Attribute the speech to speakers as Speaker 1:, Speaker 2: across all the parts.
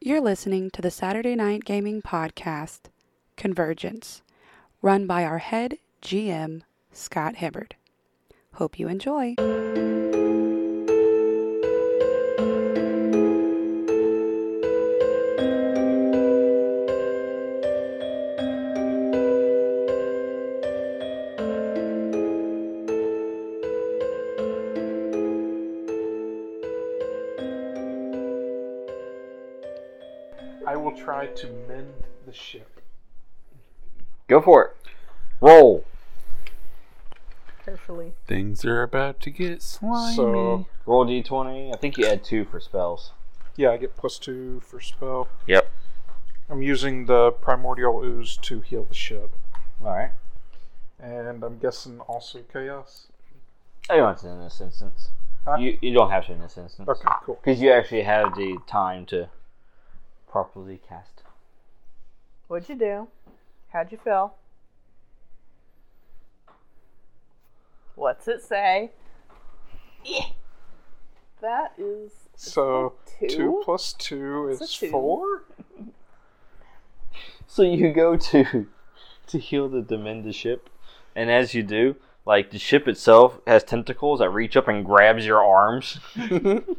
Speaker 1: You're listening to the Saturday Night Gaming Podcast, Convergence, run by our head GM, Scott Hibbard. Hope you enjoy.
Speaker 2: I will try to mend the ship.
Speaker 3: Go for it. Roll.
Speaker 4: carefully.
Speaker 5: Things are about to get slimy.
Speaker 2: So
Speaker 3: Roll d20. I think you add two for spells.
Speaker 2: yeah, I get plus two for spell.
Speaker 3: Yep.
Speaker 2: I'm using the primordial ooze to heal the ship,
Speaker 3: All right.
Speaker 2: and I'm guessing also chaos.
Speaker 3: I Oh, don't have to in this instance.
Speaker 2: Huh?
Speaker 3: You, you don't have to in this instance.
Speaker 2: Okay, cool.
Speaker 3: Because you actually have the time to properly cast.
Speaker 4: What'd you do? How'd you feel? What's it say? That is
Speaker 2: So
Speaker 4: Two?
Speaker 2: two plus two
Speaker 4: It's a
Speaker 2: is
Speaker 4: two.
Speaker 2: four.
Speaker 3: So you go to to heal the Demenda ship, and as you do, like the ship itself has tentacles that reach up and grabs your arms,
Speaker 2: Ow!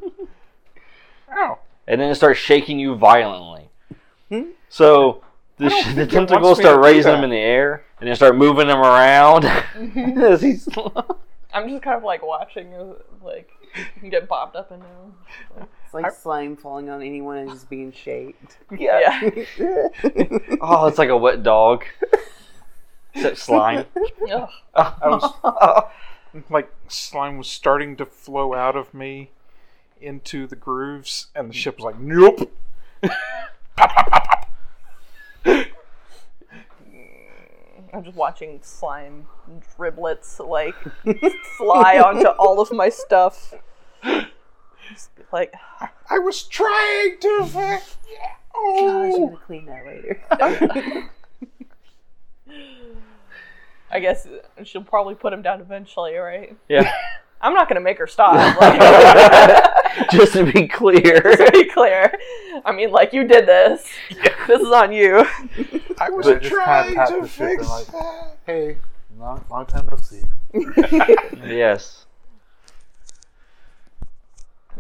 Speaker 3: and then it starts shaking you violently. So the, sh- the
Speaker 2: Hmm? think it wants
Speaker 3: tentacles
Speaker 2: me to
Speaker 3: start
Speaker 2: do
Speaker 3: raising them
Speaker 2: that.
Speaker 3: in the air, and then start moving them around
Speaker 2: Mm-hmm.
Speaker 3: as he's
Speaker 4: I'm just kind of like watching uh, like you get bobbed up and down.
Speaker 6: It's like slime falling on anyone and just being shaped.
Speaker 3: Yeah. oh, it's like a wet dog. Except slime.
Speaker 4: Ugh.
Speaker 2: Like slime was starting to flow out of me into the grooves, and the ship was like, "Nope."
Speaker 4: I'm just watching slime driblets like fly onto all of my stuff. Just be like
Speaker 2: I was trying to. fi-
Speaker 6: I was
Speaker 2: Oh.
Speaker 6: gonna clean that later.
Speaker 4: I guess she'll probably put him down eventually, right?
Speaker 3: yeah.
Speaker 4: I'm not gonna make her stop. Like,
Speaker 3: Just to be clear.
Speaker 4: to be clear. I mean, like, you did this. This is on you.
Speaker 2: I was
Speaker 7: But just
Speaker 2: trying
Speaker 7: pat- pat
Speaker 2: to
Speaker 7: the ship and
Speaker 2: fix
Speaker 7: like-
Speaker 2: that.
Speaker 7: Hey, long, long time no see.
Speaker 3: yes.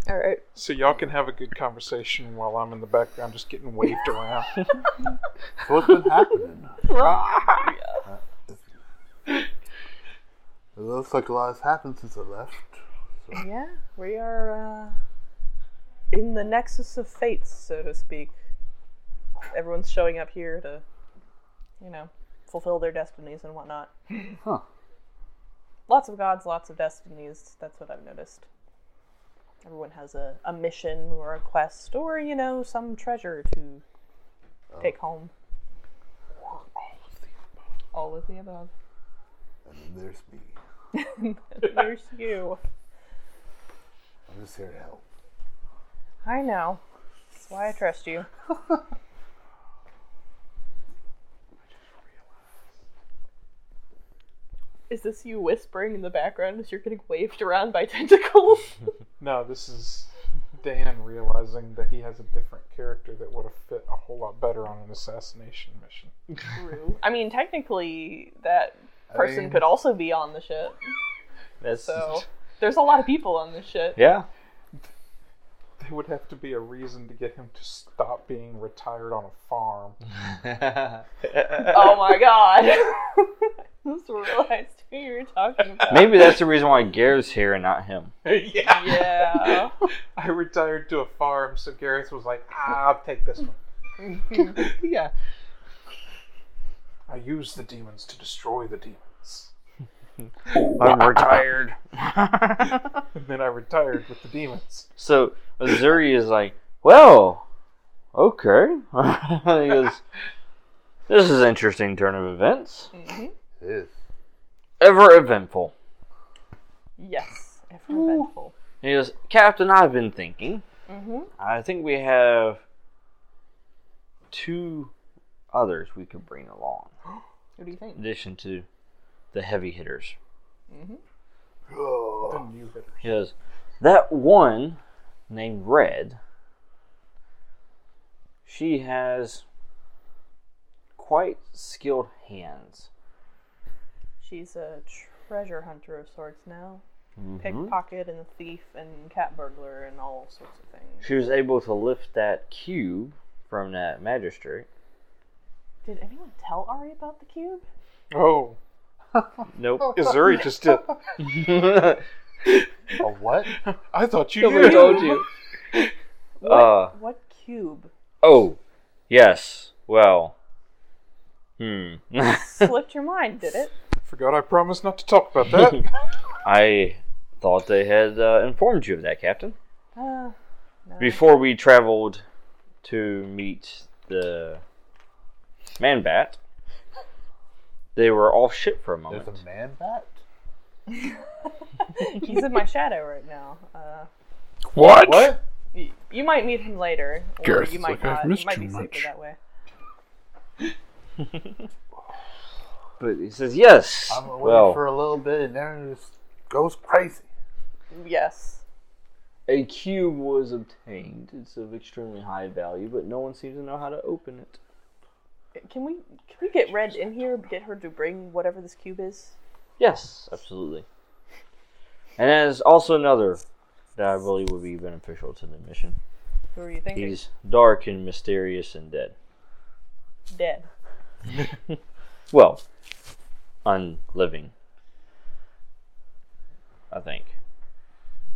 Speaker 4: All right.
Speaker 2: So y'all can have a good conversation while I'm in the background, just getting waved around.
Speaker 7: So what's been happening? It looks like a lot has happened since I left.
Speaker 4: Yeah, we are uh, in the nexus of fates, so to speak. Everyone's showing up here to, you know, fulfill their destinies and whatnot.
Speaker 7: Huh.
Speaker 4: Lots of gods, lots of destinies. That's what I've noticed. Everyone has a, a mission or a quest or, you know, some treasure to
Speaker 7: Oh.
Speaker 4: take home. All of the above.
Speaker 7: And then there's me.
Speaker 4: There's you.
Speaker 7: I'm just here to help.
Speaker 4: I know. That's why I trust you. Is this you whispering in the background as you're getting waved around by tentacles?
Speaker 2: No, this is Dan realizing that he has a different character that would have fit a whole lot better on an assassination mission.
Speaker 4: I mean, technically, that person
Speaker 7: mean-
Speaker 4: could also be on the ship.
Speaker 3: That's
Speaker 4: So there's a lot of people on this ship.
Speaker 3: Yeah.
Speaker 2: There would have to be a reason to get him to stop being retired on a farm.
Speaker 4: Oh my god! I just realized who you were talking about.
Speaker 3: Maybe that's the reason why Gareth's here and not him.
Speaker 2: yeah.
Speaker 4: Yeah.
Speaker 2: I retired to a farm, so Gareth was like, ah, I'll take this one.
Speaker 3: yeah.
Speaker 2: I use the demons to destroy the demons.
Speaker 3: I'm retired.
Speaker 2: And then I retired with the demons.
Speaker 3: so Missouri is like, Well, okay. he goes, This is an interesting turn of events.
Speaker 4: Mm-hmm.
Speaker 7: It is.
Speaker 3: Ever eventful.
Speaker 4: Yes. Ever eventful.
Speaker 3: He goes, Captain, I've been thinking.
Speaker 4: Mm-hmm.
Speaker 3: I think we have two others we could bring along,
Speaker 4: What do you think?
Speaker 3: in addition to the heavy hitters.
Speaker 7: Oh,
Speaker 2: Then you hit
Speaker 3: He goes, That one named Red she has quite skilled hands.
Speaker 4: She's a treasure hunter of sorts now.
Speaker 7: Mm-hmm.
Speaker 3: Mhm.
Speaker 4: Pickpocket and thief and cat burglar and all sorts of things.
Speaker 3: She was able to lift that cube from that magistrate.
Speaker 4: Did anyone tell Ari about the cube?
Speaker 6: Oh,
Speaker 2: Oh,
Speaker 3: Nope.
Speaker 6: Izuri just did.
Speaker 2: A what?
Speaker 6: I thought you
Speaker 3: Nobody
Speaker 6: knew.
Speaker 3: told you. Uh,
Speaker 4: What cube?
Speaker 3: oh, yes. Well, hmm.
Speaker 4: Slipped your mind, did it?
Speaker 6: Forgot I promised not to talk about that.
Speaker 3: I thought they had uh, informed you of that, Captain.
Speaker 4: Uh, no.
Speaker 3: Before we traveled to meet the man bat, they were off ship for a
Speaker 2: There's
Speaker 3: moment.
Speaker 2: a man bat?
Speaker 4: He's in my shadow right now. Uh,
Speaker 7: What?
Speaker 2: What?
Speaker 4: y- you might meet him later, or
Speaker 7: Gareth,
Speaker 4: you
Speaker 7: like,
Speaker 4: might
Speaker 7: I've
Speaker 4: not.
Speaker 7: missed
Speaker 4: You might
Speaker 7: you
Speaker 4: be safer
Speaker 7: much.
Speaker 4: that way.
Speaker 3: But he says, "Yes."
Speaker 2: I'm away
Speaker 3: well,
Speaker 2: for a little bit and Aaron just goes crazy.
Speaker 4: Yes.
Speaker 3: a cube was obtained. It's of extremely high value, but no one seems to know how to open it.
Speaker 4: Can we can we get Red in here? Get her to bring whatever this cube is.
Speaker 3: Yes, absolutely. And there's also another that I believe would be beneficial to the mission.
Speaker 4: Who are you thinking?
Speaker 3: He's dark and mysterious and dead.
Speaker 4: dead.
Speaker 3: Well, unliving. I think.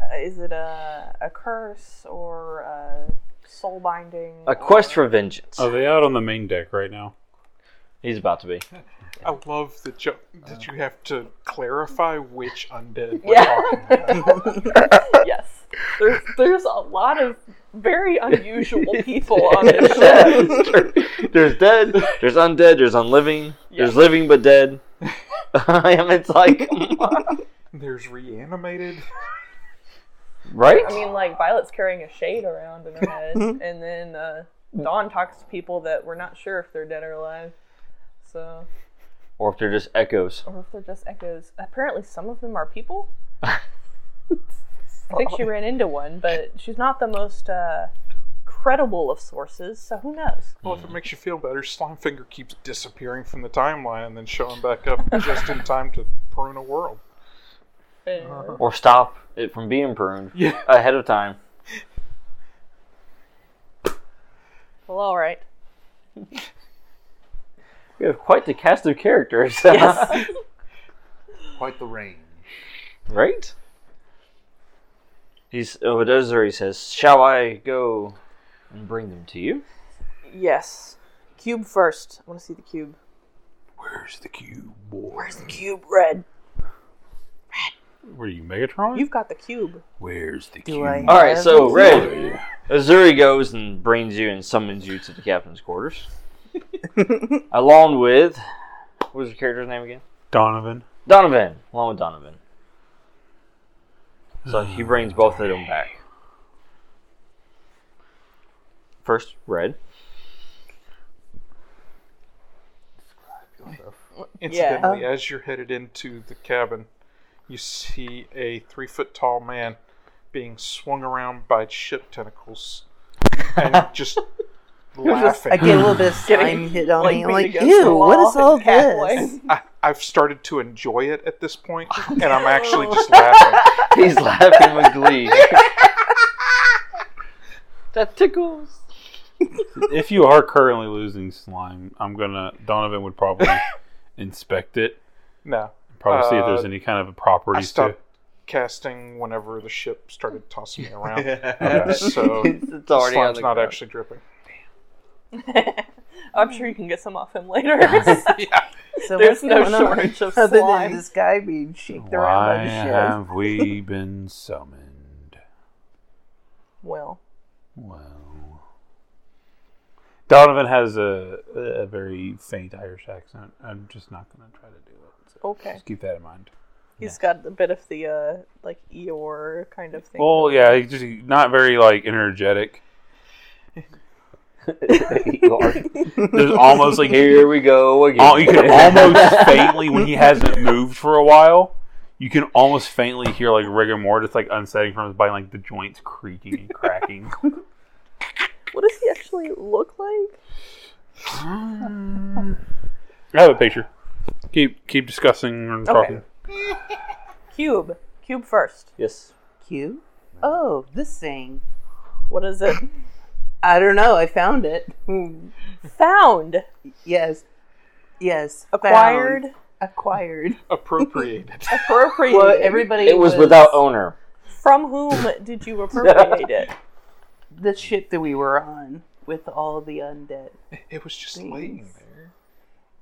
Speaker 4: Uh, is it a a curse or a soul binding?
Speaker 3: A quest for vengeance.
Speaker 7: Are they out on the main deck right now?
Speaker 3: He's about to be.
Speaker 6: I love that you that you have to clarify which undead. we're
Speaker 4: Yeah.
Speaker 6: talking about.
Speaker 4: yes. There's there's a lot of very unusual people on this show.
Speaker 3: there's dead, there's undead, there's unliving, there's living but dead. I am it's like
Speaker 6: There's reanimated.
Speaker 3: Right?
Speaker 4: I mean, like Violet's carrying a shade around in her head, and then uh, Dawn talks to people that we're not sure if they're dead or alive. So,
Speaker 3: or if they're just echoes.
Speaker 4: or if they're just echoes. Apparently, some of them are people. I think she ran into one, but she's not the most uh, credible of sources, so who knows?
Speaker 6: Well, if it makes you feel better, Slimefinger keeps disappearing from the timeline and then showing back up just in time to prune a world.
Speaker 3: Or stop it from being pruned
Speaker 6: Yeah.
Speaker 3: ahead of time.
Speaker 4: Well, all right.
Speaker 3: We have quite the cast of characters.
Speaker 4: Yes.
Speaker 2: Quite the range.
Speaker 3: right? He's oh, Odozuri says, Shall I go and bring them to you?
Speaker 4: yes. Cube first. I want to see the cube.
Speaker 7: Where's the cube, boy?
Speaker 4: Where's the cube, Red?
Speaker 7: Were you Megatron?
Speaker 4: You've got the cube.
Speaker 7: Where's the
Speaker 8: Do I?
Speaker 3: All right,
Speaker 8: have-
Speaker 3: so Red, Azuri goes and brings you and summons you to the captain's quarters, along with what was your character's name again?
Speaker 7: Donovan.
Speaker 3: Donovan, along with Donovan. So
Speaker 7: Hmm.
Speaker 3: he brings both of them back. First, Red.
Speaker 6: Incidentally, as you're headed into the cabin, you see a three foot tall man being swung around by ship tentacles and just laughing.
Speaker 8: I get a little bit of slime hit on me.
Speaker 4: Like,
Speaker 8: I'm like,
Speaker 4: against the
Speaker 8: ew, what
Speaker 4: wall
Speaker 8: is all
Speaker 4: and cackling.
Speaker 8: this?
Speaker 6: I, I've started to enjoy it at this point,
Speaker 3: Oh,
Speaker 6: and I'm actually just laughing.
Speaker 3: He's laughing with glee. that tickles.
Speaker 7: if you are currently losing slime, I'm gonna. Donovan would probably inspect it.
Speaker 6: No,
Speaker 7: Probably see if
Speaker 6: Uh,
Speaker 7: there's any kind of
Speaker 6: I
Speaker 7: properties to
Speaker 6: stopped casting whenever the ship started tossing me around,
Speaker 7: Okay.
Speaker 6: so
Speaker 3: It's already on
Speaker 6: slime's
Speaker 3: the
Speaker 6: not
Speaker 3: ground.
Speaker 6: actually dripping.
Speaker 4: I'm sure you can get some off him later.
Speaker 8: So
Speaker 4: There's
Speaker 8: what's
Speaker 4: no
Speaker 8: going on
Speaker 4: shortage of
Speaker 8: Other
Speaker 4: slime.
Speaker 8: than this guy being shaken around
Speaker 7: Why
Speaker 8: by the ship.
Speaker 7: have we been summoned?
Speaker 4: well,
Speaker 7: Well, Donovan has a a very faint Irish accent. I'm just not going to try to do it. So
Speaker 4: okay.
Speaker 7: Just keep that in mind.
Speaker 4: He's got a bit of the uh, like Eeyore kind of thing.
Speaker 8: Oh.
Speaker 7: Well, yeah, he's just not very like energetic. There's almost like
Speaker 3: Here we go again.
Speaker 7: al- you can almost faintly when he hasn't moved for a while. You can almost faintly hear like rigor mortis like unsetting from his body, like the joints creaking and cracking.
Speaker 4: What does he actually look like?
Speaker 7: I have a picture. Keep keep discussing and
Speaker 4: Okay.
Speaker 7: talking.
Speaker 4: Cube. Cube first.
Speaker 3: Yes.
Speaker 8: Q. Oh, this thing.
Speaker 4: What is it?
Speaker 8: I don't know. I found it.
Speaker 4: Found.
Speaker 8: Yes. Yes. found.
Speaker 4: Acquired.
Speaker 8: Acquired.
Speaker 6: Appropriated.
Speaker 4: Appropriated.
Speaker 8: Well, everybody.
Speaker 3: It was without owner.
Speaker 4: From whom did you appropriate it?
Speaker 8: the ship that we were on with all the undead.
Speaker 6: it was just
Speaker 8: Thanks.
Speaker 6: laying there.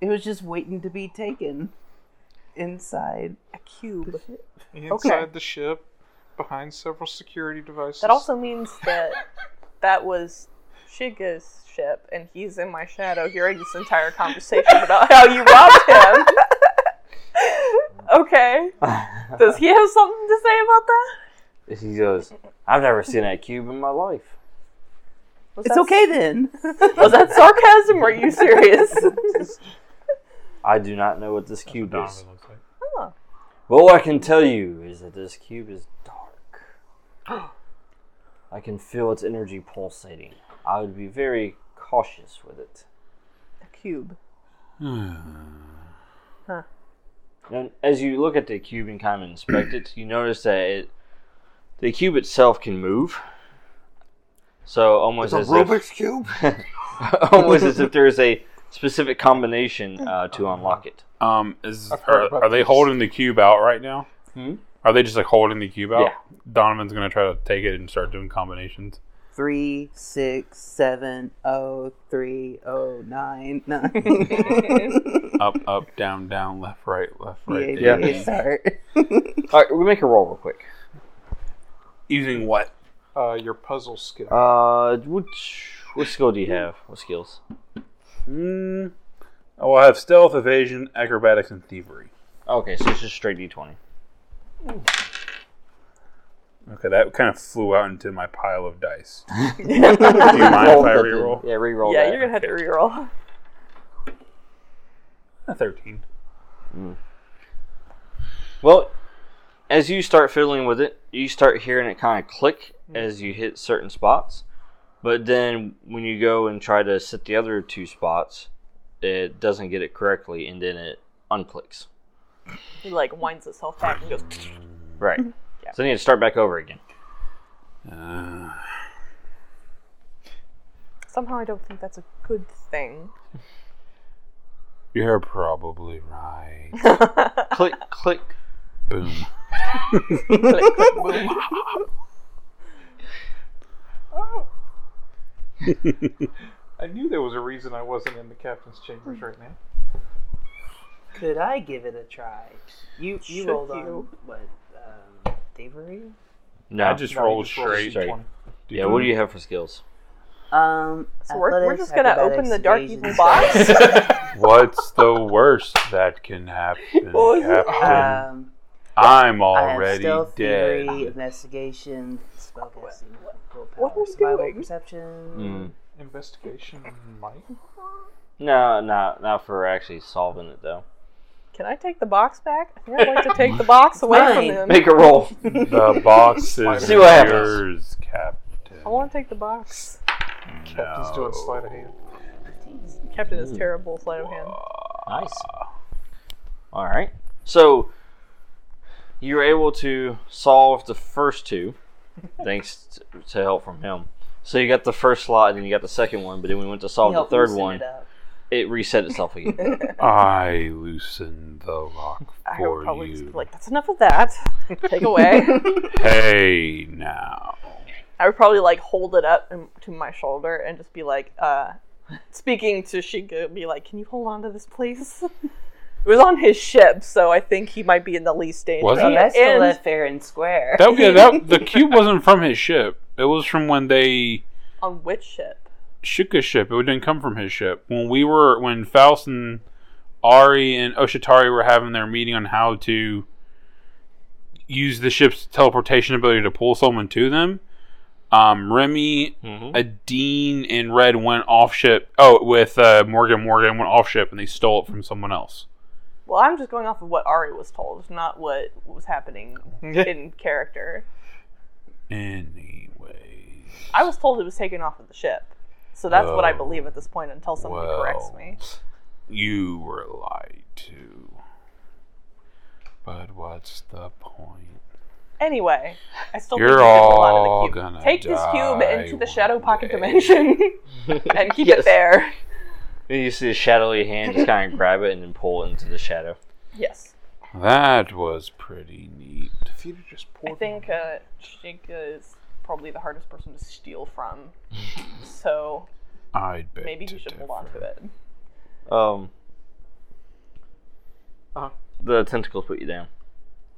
Speaker 8: It was just waiting to be taken inside
Speaker 4: A cube.
Speaker 6: Inside the ship, behind several security devices.
Speaker 4: That also means that that was Shiga's ship, and he's in my shadow hearing this entire conversation about how you robbed him. okay. Does he have something to say about that?
Speaker 3: He goes, I've never seen that cube in my life.
Speaker 4: Was
Speaker 8: It's
Speaker 4: that-
Speaker 8: okay then.
Speaker 4: Was that sarcasm? Or are you serious?
Speaker 3: I do not know what this cube is.
Speaker 7: Donovan looks like.
Speaker 3: But what I can tell you is that this cube is dark. I can feel its energy pulsating. I would be very cautious with it.
Speaker 4: a cube.
Speaker 3: And as you look at the cube and kind of inspect it, you notice that it, the cube itself can move. So almost
Speaker 2: The
Speaker 3: as
Speaker 2: Rubik's Cube?
Speaker 3: if almost as if there is a specific combination uh, to unlock it.
Speaker 7: Um, is
Speaker 6: I've heard
Speaker 7: are,
Speaker 6: about
Speaker 7: are they
Speaker 6: these.
Speaker 7: holding the cube out right now?
Speaker 3: Hmm?
Speaker 7: Are they just like holding the cube out?
Speaker 3: Yeah.
Speaker 7: Donovan's gonna try to take it and start doing combinations.
Speaker 8: Three six seven oh three oh nine nine.
Speaker 7: up, up, down, down, left, right, left, right.
Speaker 8: Yeah,
Speaker 3: Yeah.
Speaker 8: yeah. Start.
Speaker 3: All right, we make a roll real quick.
Speaker 7: Using what?
Speaker 6: uh, your puzzle skill.
Speaker 3: Uh, which what skill do you have? What skills?
Speaker 7: Mm, I will have stealth, evasion, acrobatics, and thievery.
Speaker 3: Okay, so it's just straight d twenty.
Speaker 7: Okay, that kind of flew out into my pile of dice. Do you mind if I reroll?
Speaker 3: Yeah, reroll.
Speaker 4: Yeah,
Speaker 3: that.
Speaker 4: you're gonna have to reroll.
Speaker 7: A thirteen.
Speaker 3: Well, as you start fiddling with it, you start hearing it kind of click as you hit certain spots. But then when you go and try to sit the other two spots, it doesn't get it correctly and then it unclicks.
Speaker 4: He like winds itself back and goes.
Speaker 3: Right. So then you have to start back over again.
Speaker 7: Uh,
Speaker 4: Somehow I don't think that's a good thing.
Speaker 7: You're probably right.
Speaker 3: click, click.
Speaker 7: Boom.
Speaker 6: I knew there was a reason I wasn't in the captain's chambers right now.
Speaker 8: Could I give it a try? You you
Speaker 4: Should
Speaker 8: rolled on
Speaker 4: you?
Speaker 8: what? Um, thievery?
Speaker 3: No.
Speaker 7: I just
Speaker 6: No, you
Speaker 7: rolled
Speaker 6: just roll
Speaker 7: straight.
Speaker 6: a
Speaker 3: Sorry.
Speaker 6: D20.
Speaker 3: yeah, what do you have for skills?
Speaker 8: Um,
Speaker 4: So we're, we're
Speaker 8: athletics,
Speaker 4: just gonna open
Speaker 8: acrobatics,
Speaker 4: the dark
Speaker 8: evasion,
Speaker 4: evil box.
Speaker 7: What's the worst that can happen,
Speaker 4: was it?
Speaker 7: Captain?
Speaker 4: Uh,
Speaker 8: Um,
Speaker 7: I'm
Speaker 8: I have
Speaker 7: already
Speaker 8: stealth,
Speaker 7: dead.
Speaker 8: thievery, investigation, spellcasting,
Speaker 4: what are
Speaker 8: willpower,
Speaker 4: we
Speaker 8: survival,
Speaker 4: doing?
Speaker 8: perception.
Speaker 3: Mm.
Speaker 6: Investigation, Mike.
Speaker 3: No, not not for actually solving it though.
Speaker 4: Can I take the box back? I think I'd like to take the box away
Speaker 8: mine.
Speaker 4: from him.
Speaker 3: Make a roll.
Speaker 7: The box is
Speaker 3: See what happens.
Speaker 7: yours, Captain.
Speaker 4: I want to take the box.
Speaker 6: Captain's doing sleight of hand.
Speaker 4: Captain is terrible sleight of hand.
Speaker 3: Nice. All right. So you were able to solve the first two, thanks t- to help from him. So you got the first slot, and then you got the second one. But then we went to solve Oh, the
Speaker 8: Help
Speaker 3: third
Speaker 8: loosen
Speaker 3: one.
Speaker 8: it up.
Speaker 3: It reset itself again.
Speaker 7: I loosen the lock
Speaker 4: I would
Speaker 7: for
Speaker 4: probably just
Speaker 7: you.
Speaker 4: be like, that's enough of that. Take away.
Speaker 7: hey, now.
Speaker 4: I would probably like hold it up and- to my shoulder and just be like, uh, speaking to Shiga, be like, can you hold on to this, please? It was on his ship, so I think he might be in the least danger.
Speaker 7: Was
Speaker 8: Oh,
Speaker 7: it?
Speaker 8: that's still
Speaker 4: And-
Speaker 8: left fair and square.
Speaker 7: That, yeah, that the cube wasn't from his ship. It was from when they
Speaker 4: On which ship?
Speaker 7: shook his ship. It didn't come from his ship. When we were when Faust and Ari and Oshitari were having their meeting on how to use the ship's teleportation ability to pull someone to them. Um, Remy
Speaker 3: mm-hmm.
Speaker 7: a Dean and Red went off ship. Oh, with uh, Morgan Morgan went off ship and they stole it from someone else.
Speaker 4: Well, I'm just going off of what Ari was told, not what was happening in character.
Speaker 7: Anyway,
Speaker 4: I was told it was taken off of the ship. So that's what I
Speaker 7: Oh,
Speaker 4: believe at this point until someone corrects
Speaker 7: well.
Speaker 4: me.
Speaker 7: You were lied to. But what's the point?
Speaker 4: Anyway, I still
Speaker 7: You're
Speaker 4: think I should hold
Speaker 7: all
Speaker 4: on to the
Speaker 7: gonna
Speaker 4: cube. Take this cube
Speaker 7: die
Speaker 4: into the
Speaker 7: one
Speaker 4: shadow pocket
Speaker 7: day.
Speaker 4: dimension and keep
Speaker 3: Yes.
Speaker 4: it there.
Speaker 3: Then you see a shadowy hand just kind of grab it and then pull it into the shadow.
Speaker 4: Yes.
Speaker 7: That was pretty neat.
Speaker 6: If you'd have just
Speaker 4: I
Speaker 6: poured
Speaker 4: think uh, Jake is probably the hardest person to steal from. so
Speaker 7: I'd bet.
Speaker 4: maybe he
Speaker 7: to
Speaker 4: should hold on to
Speaker 7: differ.
Speaker 4: it.
Speaker 3: Um,
Speaker 6: Uh-huh.
Speaker 3: the tentacles put you down.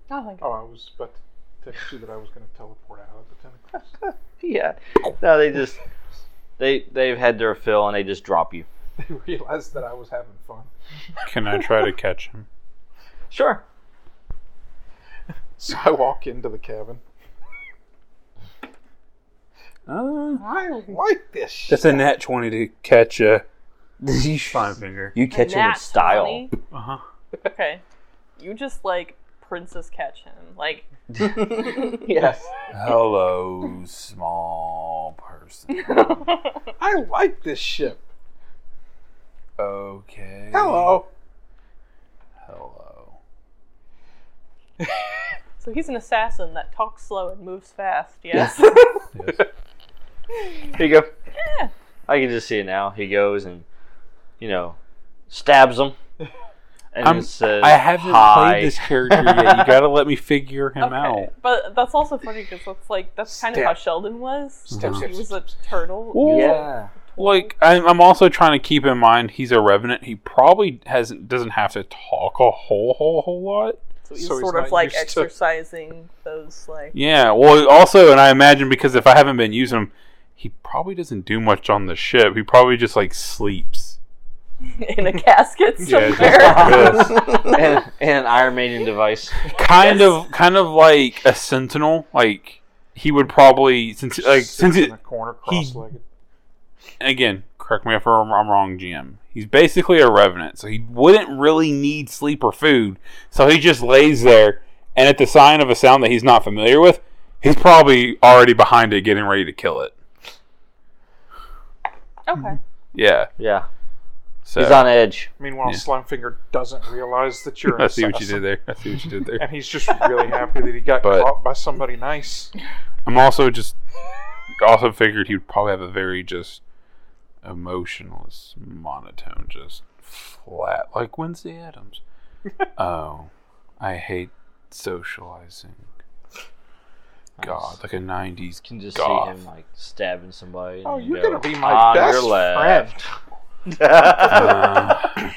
Speaker 4: Oh, thank
Speaker 6: Oh, I was about to text you that I was going to teleport out of the tentacles.
Speaker 3: Yeah. No, they just they they've had their fill and they just drop you.
Speaker 6: they realized that I was having fun.
Speaker 7: Can I try to catch him?
Speaker 3: Sure.
Speaker 6: So I walk into the cabin.
Speaker 7: Uh,
Speaker 6: I like this shit.
Speaker 7: that's a nat 20 to catch a.
Speaker 3: you
Speaker 7: Fine finger.
Speaker 3: catch him in style.
Speaker 7: Uh huh.
Speaker 4: Okay. You just like princess catch him. Like
Speaker 3: Yes.
Speaker 7: Hello, small person.
Speaker 6: I like this ship.
Speaker 7: Okay.
Speaker 6: Hello.
Speaker 7: Hello.
Speaker 4: so he's an assassin that talks slow and moves fast, yes.
Speaker 3: Here you go. I can just see it now. He goes and you know stabs him. And
Speaker 7: I'm-
Speaker 3: then says,
Speaker 7: I haven't
Speaker 3: Hi.
Speaker 7: played this character yet. You gotta let me figure him
Speaker 4: okay.
Speaker 7: out.
Speaker 4: But that's also funny because that's like that's kind of how Sheldon was.
Speaker 6: Step,
Speaker 4: he
Speaker 6: step,
Speaker 4: was a
Speaker 6: step, step.
Speaker 4: turtle.
Speaker 7: Well, like I'm, I'm also trying to keep in mind he's a revenant. He probably hasn't doesn't have to talk a whole whole whole lot.
Speaker 4: so he's
Speaker 6: so he's
Speaker 4: sort
Speaker 6: not
Speaker 4: of like
Speaker 6: used to-
Speaker 4: exercising those like
Speaker 7: Yeah. Well, also, and I imagine because if I haven't been using him, he probably doesn't do much on the ship. He probably just like sleeps.
Speaker 4: in a casket
Speaker 7: Yeah,
Speaker 4: somewhere.
Speaker 7: just like this.
Speaker 3: and, and an Iron Maiden device.
Speaker 7: kind of kind of like a sentinel. Like he would probably since like
Speaker 6: Sits
Speaker 7: since it,
Speaker 6: in a corner, cross-legged.
Speaker 7: again, correct me if I'm, I'm wrong, GM. He's basically a revenant, so he wouldn't really need sleep or food. So he just lays there, and at the sign of a sound that he's not familiar with, he's probably already behind it, getting ready to kill it.
Speaker 4: Okay.
Speaker 7: Yeah.
Speaker 3: Yeah.
Speaker 7: So
Speaker 3: He's on edge.
Speaker 6: Meanwhile,
Speaker 7: Yeah.
Speaker 6: Slimefinger doesn't realize that you're. an
Speaker 7: I see what you
Speaker 6: assassin.
Speaker 7: did there. I see what you did there.
Speaker 6: And he's just really happy that he got
Speaker 7: But-
Speaker 6: caught by somebody nice.
Speaker 7: I'm also just also figured he'd probably have a very just emotionless monotone, just flat like Wednesday Adams. oh, I hate socializing. God, like a '90s
Speaker 3: You can just
Speaker 7: goth.
Speaker 3: see him like stabbing somebody. and
Speaker 6: Oh,
Speaker 3: you
Speaker 6: you're
Speaker 3: go,
Speaker 6: gonna be my
Speaker 3: "On
Speaker 6: best
Speaker 3: your left."
Speaker 6: friend.
Speaker 7: Uh,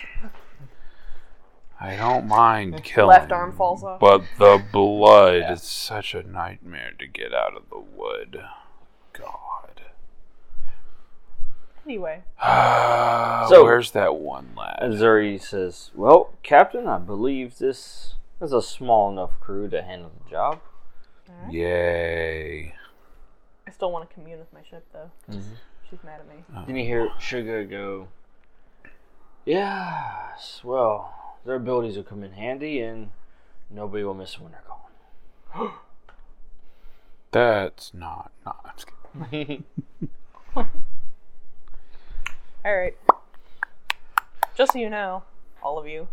Speaker 7: I don't mind killing.
Speaker 4: Left arm falls off.
Speaker 7: But the blood is such a nightmare to get out of the wood. God.
Speaker 4: Anyway.
Speaker 7: Ah,
Speaker 3: So-
Speaker 7: where's that one lad?
Speaker 3: And Zuri says, Well, Captain, I believe this is a small enough crew to handle the job.
Speaker 7: Yay.
Speaker 4: I still want to commune with my ship though.
Speaker 6: Mm-hmm.
Speaker 4: She's mad at me.
Speaker 3: Then you hear Sugar go, Yes, well, their abilities will come in handy and nobody will miss when they're gone.
Speaker 7: That's not. not I'm just kidding.
Speaker 4: Alright. Just so you know, all of you,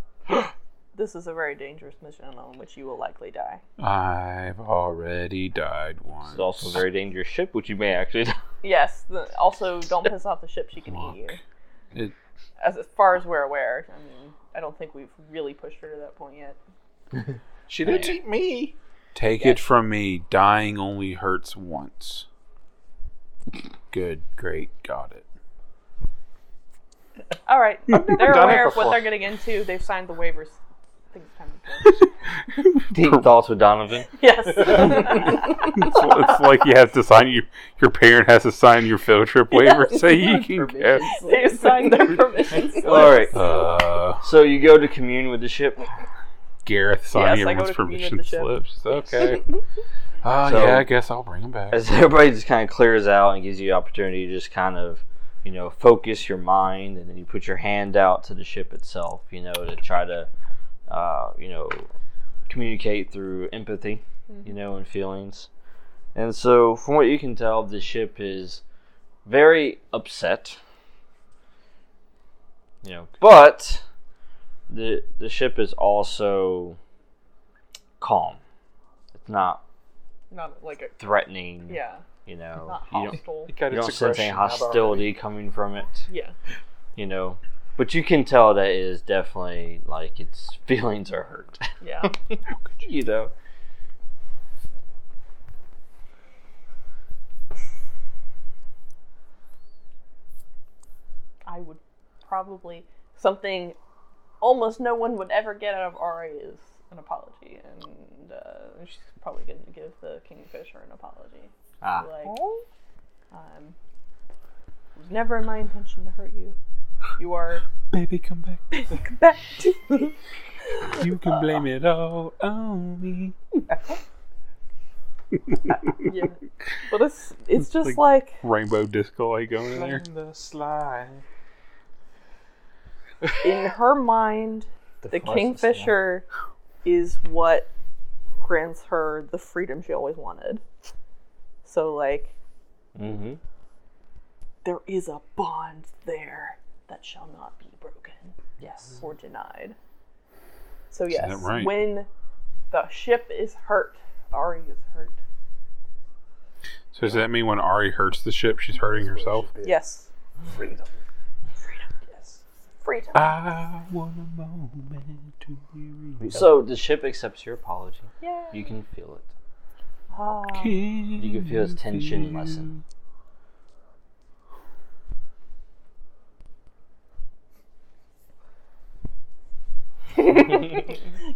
Speaker 4: this is a very dangerous mission on which you will likely die.
Speaker 7: I've already died once.
Speaker 3: It's also a very dangerous ship, which you may actually.
Speaker 4: Yes. The, also, don't piss off the ship; she can eat you.
Speaker 7: It-
Speaker 4: As, as far as we're aware, I mean, I don't think we've really pushed her to that point yet.
Speaker 6: She didn't eat me.
Speaker 7: Take it from me, dying only hurts once. Good, great, got it.
Speaker 4: All right, they're
Speaker 6: done it
Speaker 4: aware of what
Speaker 6: before.
Speaker 4: they're getting into. They've signed the waivers. I think it's time to go.
Speaker 3: Deep thoughts with Donovan.
Speaker 4: yes.
Speaker 7: it's, it's like you have to sign you. Your parent has to sign your field trip waiver so you can go.
Speaker 4: They've signed their permission. slip.
Speaker 3: All right.
Speaker 7: Uh,
Speaker 3: So you go to commune with the ship.
Speaker 7: Gareth signing
Speaker 4: Yes, I go
Speaker 7: everyone's
Speaker 4: to commune
Speaker 7: permission
Speaker 4: with the chef.
Speaker 7: slips. Okay. Uh,
Speaker 3: So-
Speaker 7: yeah, I guess I'll bring him back.
Speaker 3: as everybody just kind of clears out and gives you the opportunity to just kind of you know focus your mind and then you put your hand out to the ship itself you know to try to uh, you know communicate through empathy you know and feelings and so from what you can tell the ship is very upset. You know, but the the ship is also calm. It's not
Speaker 4: Not like a
Speaker 3: threatening.
Speaker 4: yeah,
Speaker 3: You know,
Speaker 4: not
Speaker 3: you don't,
Speaker 4: hostile.
Speaker 6: He got
Speaker 3: you
Speaker 6: its
Speaker 3: don't sense any
Speaker 6: aggression out
Speaker 3: hostility coming from it.
Speaker 4: Yeah,
Speaker 3: You know, but you can tell that it is definitely like its feelings are hurt.
Speaker 4: yeah.
Speaker 3: you know.
Speaker 4: I would probably something almost no one would ever get out of Ari is an apology, and uh, she's probably going to give the Kingfisher an apology.
Speaker 3: Ah.
Speaker 4: Like, um, it was never my intention to hurt you. You are
Speaker 7: Baby, come back.
Speaker 4: come back to me.
Speaker 7: You can blame it all on me.
Speaker 4: yeah, but it's it's just like
Speaker 7: like- Rainbow disco like going in there.
Speaker 6: Blame the slide.
Speaker 4: in her mind, the,
Speaker 3: flies is
Speaker 4: kingfisher is what grants her the freedom she always wanted. So, like,
Speaker 3: Mm-hmm.
Speaker 4: there is a bond there that shall not be broken. Yes. Or denied. So, yes,
Speaker 7: right?
Speaker 4: when the ship is hurt, Ari is hurt.
Speaker 7: So does that mean when Ari hurts the ship, she's hurting herself?
Speaker 4: Yes.
Speaker 2: Freedom.
Speaker 4: Yes. Freedom.
Speaker 7: I want a moment to be
Speaker 3: So the ship accepts your apology.
Speaker 4: Yeah.
Speaker 3: You can feel it.
Speaker 4: Ah,
Speaker 7: You
Speaker 3: can feel his tension lessen.
Speaker 7: Do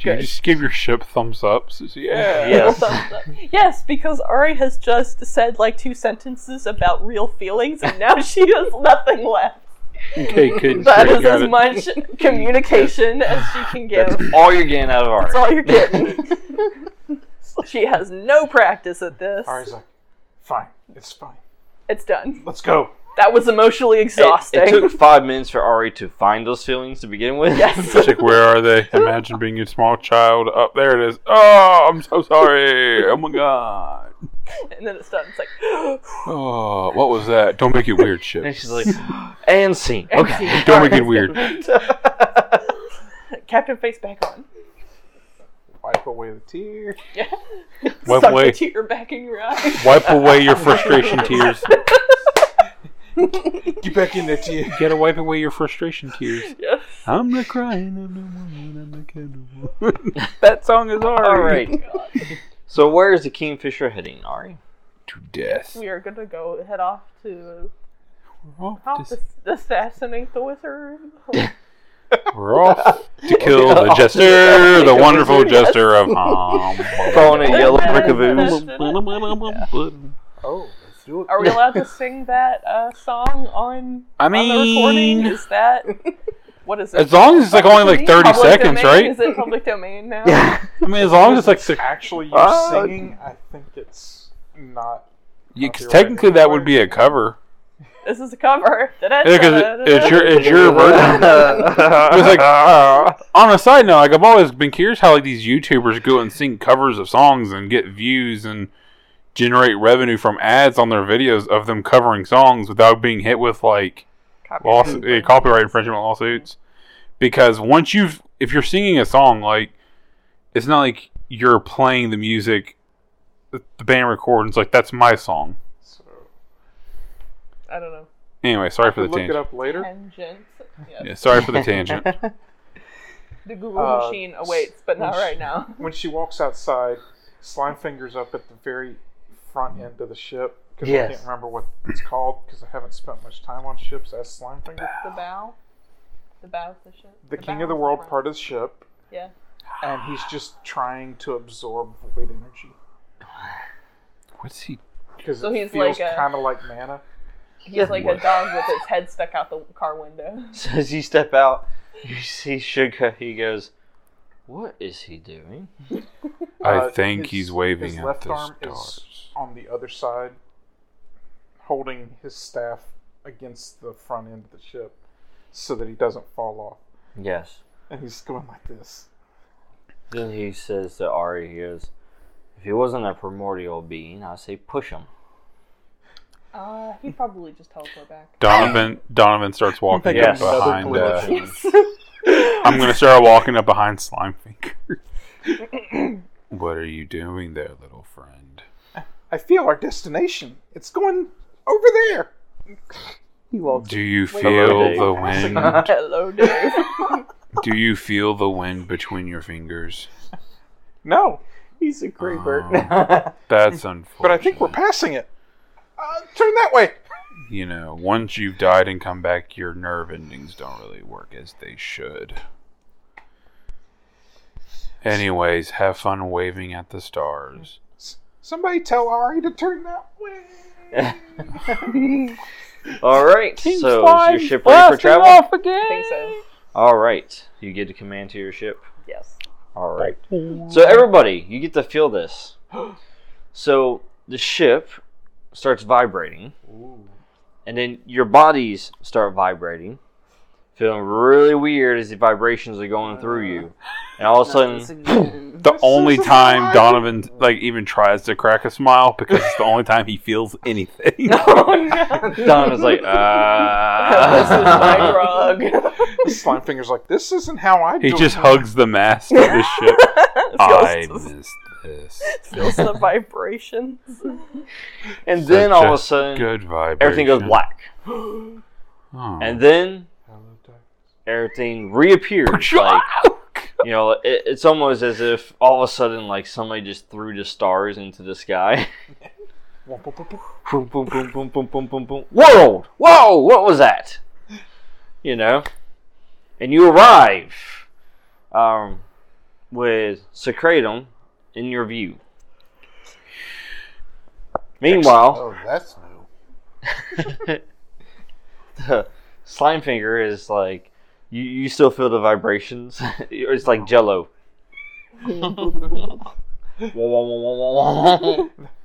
Speaker 7: you just give your ship thumbs ups? It's- Yeah.
Speaker 3: Yes.
Speaker 4: yes, because Ari has just said like two sentences about real feelings, and now she has nothing left.
Speaker 7: Okay, kid.
Speaker 4: That
Speaker 7: straight,
Speaker 4: is
Speaker 7: got
Speaker 4: as
Speaker 7: it.
Speaker 4: much communication as she can give.
Speaker 3: All you're getting out of Ari.
Speaker 4: That's all you're getting. she has no practice at this.
Speaker 6: Ari's like, fine, it's fine.
Speaker 4: It's done.
Speaker 6: Let's go.
Speaker 4: That was emotionally
Speaker 3: It,
Speaker 4: exhausting.
Speaker 3: it took five minutes for Ari to find those feelings to begin with.
Speaker 4: yes.
Speaker 7: Chick, where are they? Imagine being a small child. Up there it is. Oh, I'm so sorry. Oh my god.
Speaker 4: and then it's done. It's like,
Speaker 7: Oh, what was that? Don't make it weird,
Speaker 3: And
Speaker 7: ship.
Speaker 3: she's like, and scene. Okay.
Speaker 7: Don't make it weird.
Speaker 4: Captain Face back on.
Speaker 6: Wipe away the tear.
Speaker 4: Yeah.
Speaker 7: Wipe
Speaker 4: Suck
Speaker 7: away.
Speaker 4: the tear back in your eye.
Speaker 7: Wipe away your frustration tears.
Speaker 6: Get back in there, tear.
Speaker 7: You gotta wipe away your frustration tears.
Speaker 4: yes.
Speaker 7: I'm not crying. I'm not woman. I'm not kind of woman. that song is Ari.
Speaker 3: all right. So where is the kingfisher heading, Ari?
Speaker 7: To death.
Speaker 4: We are gonna go head off to
Speaker 7: We're
Speaker 4: help
Speaker 7: off to,
Speaker 4: ass- assassinate the wizard.
Speaker 7: we're off to kill the jester, the wonderful jester of um,
Speaker 3: Calling it yellow rickaboos.
Speaker 2: Oh, let's do it.
Speaker 4: Are we allowed to sing that uh, song on,
Speaker 7: I
Speaker 4: on the recording?
Speaker 7: mean-
Speaker 4: Is that what is it?
Speaker 7: As long as it's like only like 30
Speaker 4: Public
Speaker 7: seconds,
Speaker 4: domain?
Speaker 7: right?
Speaker 4: Is it public domain now?
Speaker 7: I mean, as long as it's like
Speaker 6: actually you
Speaker 3: Uh,
Speaker 7: Ah.
Speaker 6: singing, I think it's not.
Speaker 7: because technically that would be a cover.
Speaker 4: This is a cover.
Speaker 7: Yeah, because it's your it's your version. It was like uh, on a side note, like I've always been curious how like these YouTubers go and sing covers of songs and get views and generate revenue from ads on their videos of them covering songs without being hit with like laws- eh, copyright infringement lawsuits. Because once you've if you're singing a song, like it's not like you're playing the music that the band records it's like that's my song.
Speaker 6: So,
Speaker 4: I don't know.
Speaker 7: Anyway, sorry for the
Speaker 6: look it
Speaker 7: tangent.
Speaker 6: up later.
Speaker 4: Tangents. Yes.
Speaker 7: Yeah, sorry for the tangent.
Speaker 4: The Google
Speaker 6: Uh,
Speaker 4: machine awaits, but not right now.
Speaker 6: When she walks outside, slime fingers up at the very front end of the ship because I
Speaker 3: Yes.
Speaker 6: can't remember what it's called because I haven't spent much time on ships as slime finger.
Speaker 4: The bow. The bow of the ship.
Speaker 6: The king of the world part of the ship,
Speaker 4: Yeah.
Speaker 6: and he's just trying to absorb void energy
Speaker 7: What's he
Speaker 6: because
Speaker 4: So
Speaker 6: it
Speaker 4: he's
Speaker 6: feels
Speaker 4: like a-
Speaker 6: kind of like mana.
Speaker 4: He's like a dog with its head stuck out the car window.
Speaker 3: So as you step out, you see Sugar. He goes, "What is he doing?"
Speaker 7: I
Speaker 6: Uh,
Speaker 7: think
Speaker 6: his-
Speaker 7: he's waving
Speaker 6: his
Speaker 7: at
Speaker 6: left
Speaker 7: the
Speaker 6: arm
Speaker 7: stars.
Speaker 6: is on the other side, holding his staff against the front end of the ship, so that he doesn't fall off.
Speaker 3: Yes.
Speaker 6: And he's going like this.
Speaker 3: Then he says to Ari, "He goes, if he wasn't a primordial being, I say push him."
Speaker 4: Uh, he probably just teleport back.
Speaker 7: Donovan Donovan starts walking
Speaker 3: Yes.
Speaker 7: up behind.
Speaker 2: Another
Speaker 7: Uh,
Speaker 2: political-
Speaker 7: I'm gonna start walking up behind Slimefinger. what are you doing there, little friend?
Speaker 6: I feel our destination. It's going over there.
Speaker 2: He walks.
Speaker 7: Do you
Speaker 3: Hello,
Speaker 7: feel
Speaker 3: Dave.
Speaker 7: the wind?
Speaker 4: Hello, Dave.
Speaker 7: Do you feel the wind between your fingers?
Speaker 6: No,
Speaker 2: He's a creeper.
Speaker 7: Oh. That's unfortunate.
Speaker 6: but I think we're passing it. Uh, turn that way.
Speaker 7: you know, once you've died and come back, your nerve endings don't really work as they should. Anyways, have fun waving at the stars.
Speaker 6: Somebody tell Ari to turn that way.
Speaker 3: All right. so is your ship ready for travel?
Speaker 4: I think so.
Speaker 3: All right. You get to command to your ship.
Speaker 4: Yes.
Speaker 3: All right. So everybody, you get to feel this. So the ship starts vibrating, and then your bodies start vibrating, feeling really weird as the vibrations are going through you, and all of a
Speaker 8: This
Speaker 3: sudden,
Speaker 8: again.
Speaker 7: The only
Speaker 6: is
Speaker 7: time
Speaker 6: why-
Speaker 7: Donovan like even tries to crack a smile because it's the only time he feels anything.
Speaker 3: Don is like, uh,
Speaker 4: this is my
Speaker 3: ah.
Speaker 4: drug. Let's
Speaker 6: Slime fingers like this isn't how I do.
Speaker 7: he
Speaker 6: it."
Speaker 7: just hugs the mast of the ship. I
Speaker 4: go
Speaker 7: missed this.
Speaker 4: feels the vibrations.
Speaker 3: and then all of a
Speaker 7: Such
Speaker 3: sudden,
Speaker 7: good vibration.
Speaker 3: everything goes black,
Speaker 7: Oh.
Speaker 3: and then
Speaker 6: Hello, dark-
Speaker 3: everything reappears. Like, you know, it, it's almost as if all of a sudden, like somebody just threw the stars into the sky.
Speaker 6: Womp, womp, womp, womp.
Speaker 3: boom, boom, boom, boom, boom, boom, boom, boom. World! Whoa! What was that? You know, and you arrive um, with Secretum in your view. Meanwhile,
Speaker 2: Oh, that's new.
Speaker 3: Slimefinger is like you, you still feel the vibrations. it's like Jello.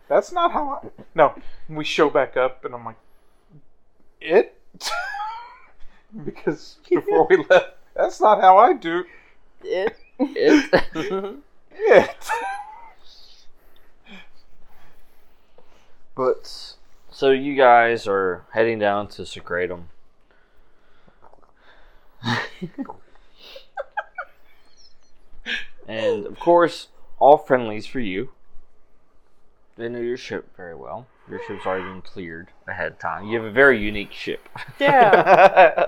Speaker 6: That's not how I. No, we show back up, and I'm like, it, because before we left, that's not how I do
Speaker 4: It.
Speaker 6: it.
Speaker 3: But so you guys are heading down to Secretum. and of course, all friendlies for you. They know your ship very well. Your ship's already been cleared ahead of time. You have a very unique ship.
Speaker 4: Yeah.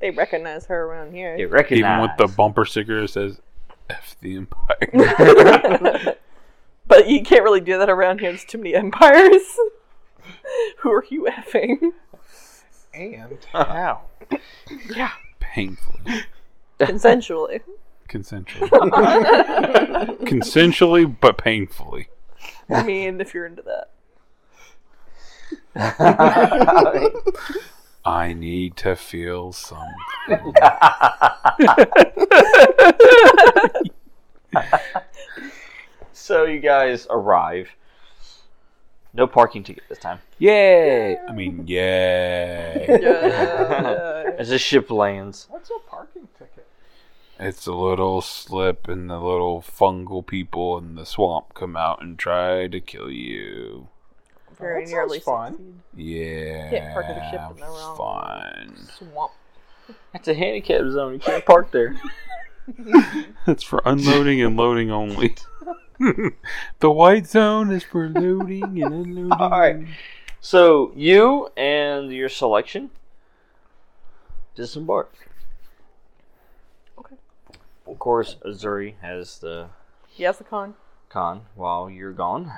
Speaker 3: they
Speaker 4: They recognize her around here.
Speaker 3: recognize
Speaker 7: Even with the bumper sticker that says "F the Empire."
Speaker 4: but you can't really do that around here. There's too many empires. Who are you effing?
Speaker 6: And how?
Speaker 7: Painfully,
Speaker 4: Consensually.
Speaker 7: consensually, consensually, but painfully.
Speaker 4: I mean, if you're into that.
Speaker 7: I need to feel something.
Speaker 3: so you guys arrive. No parking ticket this time.
Speaker 7: Yay! I mean, yay!
Speaker 4: Yeah.
Speaker 3: As the ship lands.
Speaker 6: What's a parking ticket?
Speaker 7: it's a little slip, and the little fungal people in the swamp come out and try to kill you.
Speaker 4: Very
Speaker 6: That sounds
Speaker 4: nearly
Speaker 6: fun.
Speaker 4: fun.
Speaker 7: Yeah,
Speaker 4: Can't park the ship in the wrong-
Speaker 7: fine.
Speaker 4: Swamp.
Speaker 3: It's a handicap zone. You can't park there.
Speaker 7: It's for unloading and loading only. the white zone is for loading and unloading.
Speaker 3: All right. So you and your selection disembark.
Speaker 4: Okay.
Speaker 3: Of course, Azuri has the
Speaker 4: Yes, the con.
Speaker 3: con while you're gone.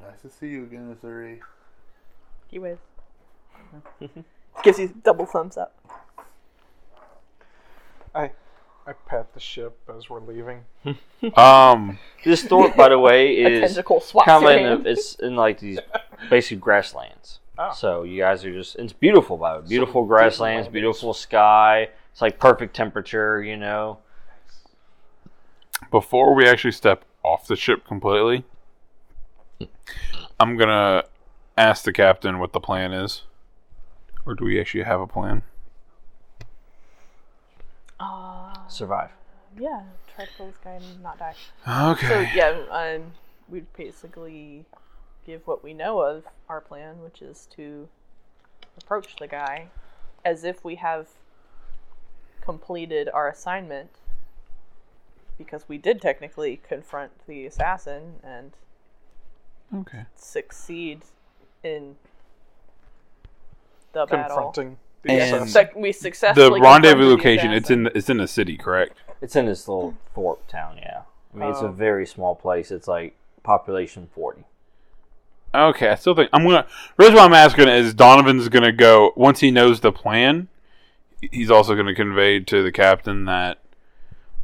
Speaker 2: Nice to see you again, Azuri.
Speaker 4: He waves. Gives you double thumbs up.
Speaker 6: I pat the ship as we're leaving.
Speaker 7: Um,
Speaker 3: This thorp, by the way,
Speaker 4: A
Speaker 3: is
Speaker 4: tentacle swaps your
Speaker 3: common.
Speaker 4: hand.
Speaker 3: it's in like these basic grasslands.
Speaker 4: Ah.
Speaker 6: Oh.
Speaker 3: So you guys are just. It's beautiful, by the way. Beautiful grasslands,
Speaker 6: landings.
Speaker 3: beautiful sky. It's like perfect temperature, you know.
Speaker 7: before we actually step off the ship completely, I'm gonna ask the captain what the plan is, or do we actually have a plan?
Speaker 4: Uh,
Speaker 3: Survive.
Speaker 4: yeah, try to kill this guy and not die. So
Speaker 7: Okay.
Speaker 4: yeah, um, we'd basically give what we know of our plan, which is to approach the guy as if we have completed our assignment because we did technically confront the assassin and
Speaker 7: Okay.
Speaker 4: succeed in the battle.
Speaker 6: confronting the
Speaker 3: And-
Speaker 6: assassin.
Speaker 4: Suc- we
Speaker 7: The
Speaker 4: successfully confronted the
Speaker 7: rendezvous location. It's
Speaker 4: assassin.
Speaker 7: in. The, it's in the city, correct?
Speaker 3: It's in this little fort town, yeah. I mean, it's a
Speaker 4: Oh.
Speaker 3: very small place. It's like population 40.
Speaker 7: Okay. I still think I'm gonna. Reason why I'm asking is Donovan's gonna go once he knows the plan. He's also gonna convey to the captain that,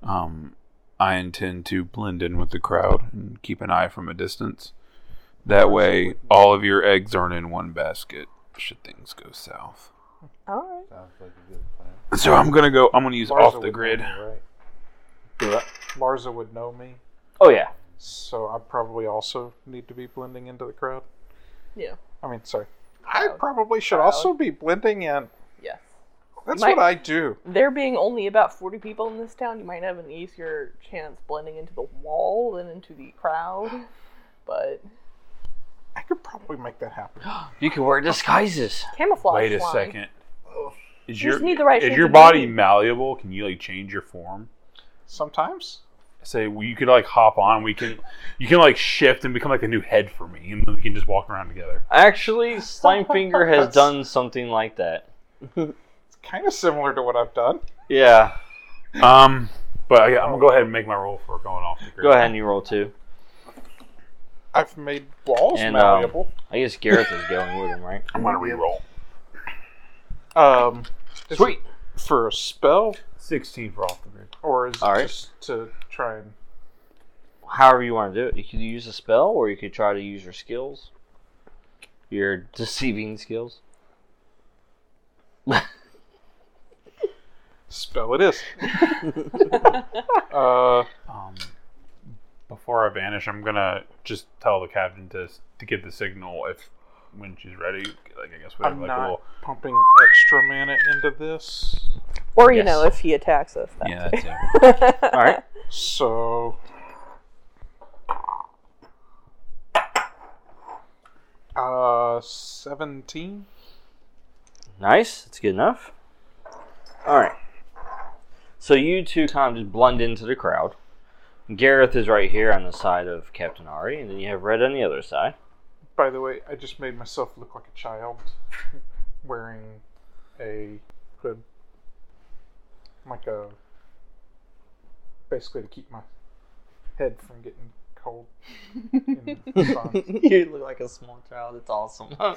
Speaker 7: um, I intend to blend in with the crowd and keep an eye from a distance. That way, all of your eggs aren't in one basket. Should things go south.
Speaker 4: All right.
Speaker 2: Sounds like a good plan.
Speaker 7: So I'm gonna go. I'm gonna use
Speaker 6: Larza
Speaker 7: off
Speaker 6: would
Speaker 7: the
Speaker 6: know
Speaker 7: grid.
Speaker 6: me, right? Larza would know me,
Speaker 3: Oh, yeah.
Speaker 6: so I probably also need to be blending into the crowd.
Speaker 4: Yeah.
Speaker 6: I mean, sorry. I
Speaker 4: Crowd.
Speaker 6: probably should
Speaker 4: Crowd.
Speaker 6: also be blending in.
Speaker 4: Yes.
Speaker 6: That's
Speaker 4: Might-
Speaker 6: what I do.
Speaker 4: There being only about 40 people in this town, you might have an easier chance blending into the wall than into the crowd. But
Speaker 6: I could probably make that happen.
Speaker 3: You can wear disguises.
Speaker 4: camouflage.
Speaker 7: Wait a
Speaker 4: flying.
Speaker 7: second. Is
Speaker 4: You
Speaker 7: your
Speaker 4: just need the right
Speaker 7: is
Speaker 4: shades
Speaker 7: your
Speaker 4: of
Speaker 7: body
Speaker 4: blue.
Speaker 7: malleable? Can you like change your form?
Speaker 6: Sometimes.
Speaker 7: Say well, you could like hop on. We can you can like shift and become like a new head for me, and then we can just walk around together.
Speaker 3: Actually, Slimefinger has done something like that.
Speaker 6: It's kind of similar to what I've done.
Speaker 3: Yeah.
Speaker 7: Um, but yeah, I'm gonna go ahead and make my roll for going off the grid.
Speaker 3: Go ahead and you roll two.
Speaker 6: I've made walls
Speaker 3: And, um,
Speaker 6: malleable.
Speaker 3: I guess Gareth is going with him, right?
Speaker 7: I'm gonna re-roll.
Speaker 6: Um, is
Speaker 3: Sweet.
Speaker 6: it For a spell,
Speaker 7: Sixteen for off the grid.
Speaker 6: or is it
Speaker 3: All right.
Speaker 6: just to try and.
Speaker 3: However you want to do it. You could use a spell, or you could try to use your skills, your deceiving skills.
Speaker 6: Spell it is. uh,
Speaker 7: Um, before I vanish, I'm gonna just tell the captain to to give the signal if when she's ready. Like I guess we have
Speaker 6: I'm
Speaker 7: like
Speaker 6: not
Speaker 7: a little.
Speaker 6: pumping extra mana into this.
Speaker 4: Or, you
Speaker 3: Yes.
Speaker 4: know, if he attacks us. That
Speaker 7: Yeah, that's it.
Speaker 3: All right.
Speaker 6: So. Uh, 17?
Speaker 3: Nice. That's good enough. All right. So you two kind of just blend into the crowd. Gareth is right here on the side of Captain Ari, and then you have Red on the other side.
Speaker 6: By the way, I just made myself look like a child wearing a hood. Like a. Basically, to keep my head from getting cold. in the sun.
Speaker 3: you look like a small child. It's awesome.
Speaker 8: I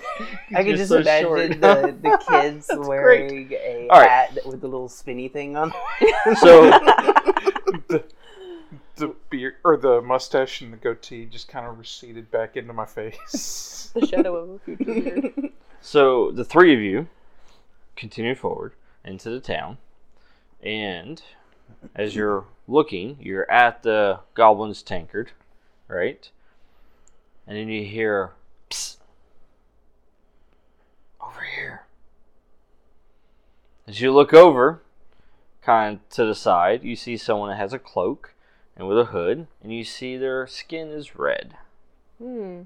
Speaker 3: You're
Speaker 8: could just
Speaker 3: so
Speaker 8: imagine
Speaker 3: short.
Speaker 8: the, the kids
Speaker 3: That's
Speaker 8: wearing a
Speaker 3: All right.
Speaker 8: hat with a little spinny thing on.
Speaker 3: so
Speaker 6: the beard or the mustache and the goatee just kind of receded back into my face.
Speaker 4: the shadow of a future beard.
Speaker 3: So the three of you continue forward into the town, and as you're looking, you're at the goblin's tankard, right? And then you hear, Psst, over here. As you look over, kind of to the side, you see someone that has a cloak and with a hood, and you see their skin is red.
Speaker 4: Hmm.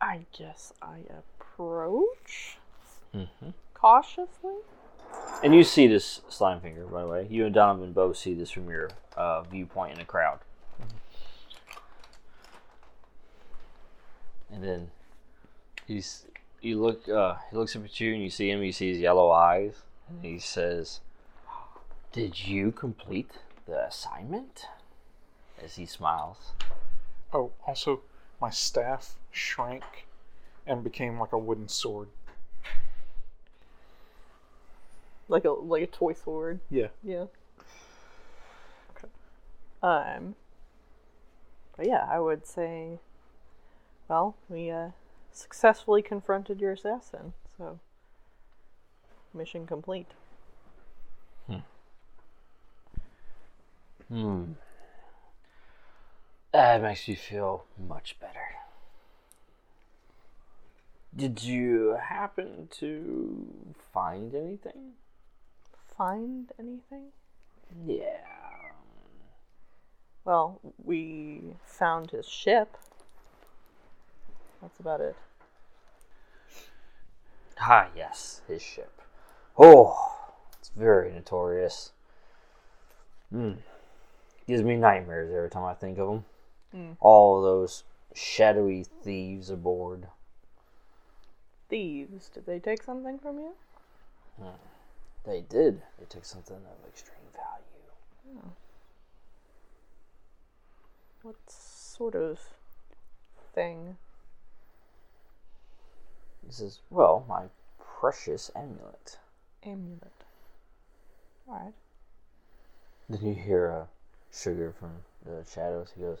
Speaker 4: I guess I approach
Speaker 3: Mm-hmm.
Speaker 4: cautiously.
Speaker 3: And you see this slime finger, by the way. You and Donovan both see this from your uh, viewpoint in the crowd. And then he's you look uh, he looks up at you and you see him. You see his yellow eyes, and he says, "Did you complete the assignment?" As he smiles.
Speaker 6: Oh, also, my staff shrank and became like a wooden sword.
Speaker 4: Like a like a toy sword.
Speaker 6: Yeah.
Speaker 4: Yeah. Okay. Um. But yeah, I would say. Well, we uh, successfully confronted your assassin, so mission complete.
Speaker 3: Hmm. That makes me feel much better. Did you happen to find anything?
Speaker 4: Find anything?
Speaker 3: Yeah.
Speaker 4: Well, we found his ship That's about it.
Speaker 3: Ah, yes, his ship. Oh, it's very notorious. Mm. Gives me nightmares every time I think of them. Hmm. All those shadowy thieves aboard.
Speaker 4: Thieves. Did they take something from you?
Speaker 3: They did. They took something of extreme value.
Speaker 4: What sort of thing?
Speaker 3: This is, well, my precious amulet.
Speaker 4: Amulet. Alright.
Speaker 3: Then you hear uh, Sugar from the shadows. He goes,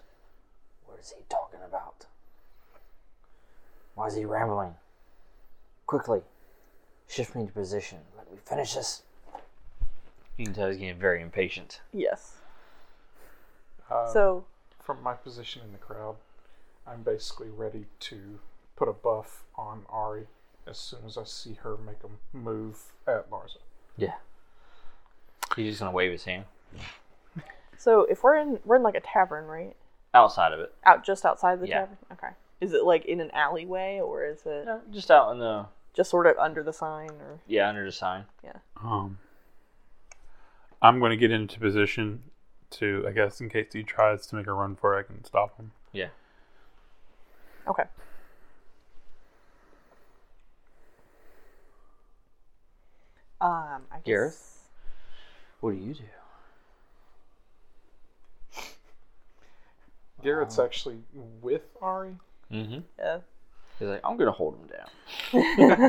Speaker 3: What is he talking about? Why is he rambling? Quickly, shift me into position. Let me finish this. You can tell he's getting very impatient.
Speaker 4: Yes.
Speaker 6: Uh,
Speaker 4: so,
Speaker 6: from my position in the crowd, I'm basically ready to put a buff on Ari as soon as I see her make a move at Larza.
Speaker 3: Yeah. He's just gonna wave his hand
Speaker 4: so if we're in we're in like a tavern, right?
Speaker 3: outside of it.
Speaker 4: Out just outside the
Speaker 3: Yeah.
Speaker 4: tavern. Okay. Is it like in an alleyway or is it
Speaker 3: No, just out in the
Speaker 4: just sort of under the sign or
Speaker 3: yeah under the sign.
Speaker 7: Um, I'm going to get into position to, I guess, in case he tries to make a run for it, I can stop him.
Speaker 3: Yeah.
Speaker 4: Okay. Um, I guess
Speaker 3: Gareth? What do you do?
Speaker 6: Garrett's actually with Ari.
Speaker 3: Mm-hmm.
Speaker 4: Yeah.
Speaker 3: He's like, I'm gonna hold him down.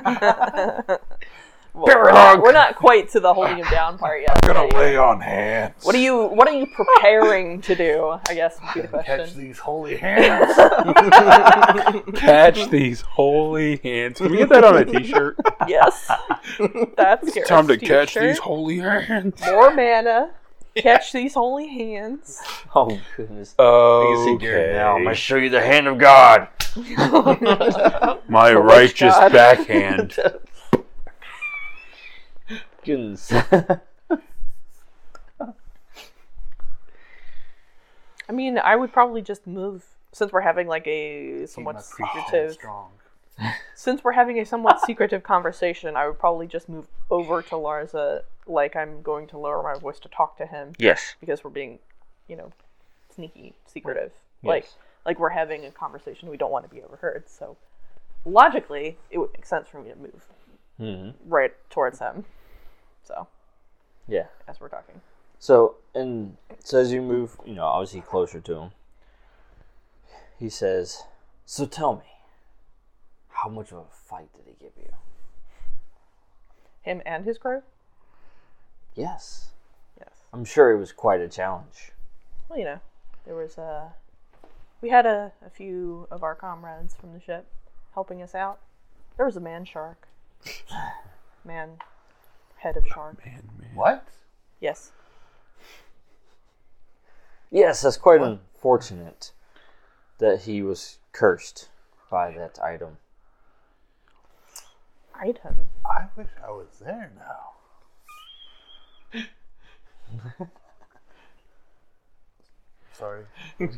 Speaker 4: Well, we're, not, we're not quite to the holding him down part yet.
Speaker 2: Gonna
Speaker 4: right?
Speaker 2: lay on hands.
Speaker 4: What are you What are you preparing to do? I guess would be the
Speaker 2: Catch
Speaker 4: question.
Speaker 2: these holy hands.
Speaker 7: Catch these holy hands. Can we get that on a t shirt?
Speaker 4: Yes, that's Gareth's
Speaker 7: Time to catch
Speaker 4: future.
Speaker 7: these holy hands.
Speaker 4: more mana. Catch these holy hands.
Speaker 3: Oh goodness.
Speaker 7: Okay. Oh
Speaker 3: show you the hand of God.
Speaker 7: My righteous backhand.
Speaker 3: Goodness.
Speaker 4: I mean, I would probably just move since we're having like a somewhat secretive.
Speaker 6: Strong.
Speaker 4: Since we're having a somewhat secretive conversation, I would probably just move over to Larza, like I'm going to lower my voice to talk to him
Speaker 3: yes.
Speaker 4: because we're being, you know, sneaky, secretive. Like, like we're having a conversation we don't want to be overheard. So, logically, it would make sense for me to move
Speaker 3: hmm
Speaker 4: right towards him. So,
Speaker 3: Yeah.
Speaker 4: as we're talking,
Speaker 3: So and so as you move, you know, obviously closer to him, he says, "So tell me, how much of a fight did he give you?"
Speaker 4: him and his crew.
Speaker 3: Yes.
Speaker 4: Yes.
Speaker 3: I'm sure it was quite a challenge.
Speaker 4: Well, you know, there was a. We had a, a few of our comrades from the ship helping us out. There was a man shark. man, head of shark.
Speaker 2: What?
Speaker 4: Yes.
Speaker 3: Yes, that's quite unfortunate that he was cursed by that item.
Speaker 4: Item.
Speaker 2: I wish I was there now. Sorry.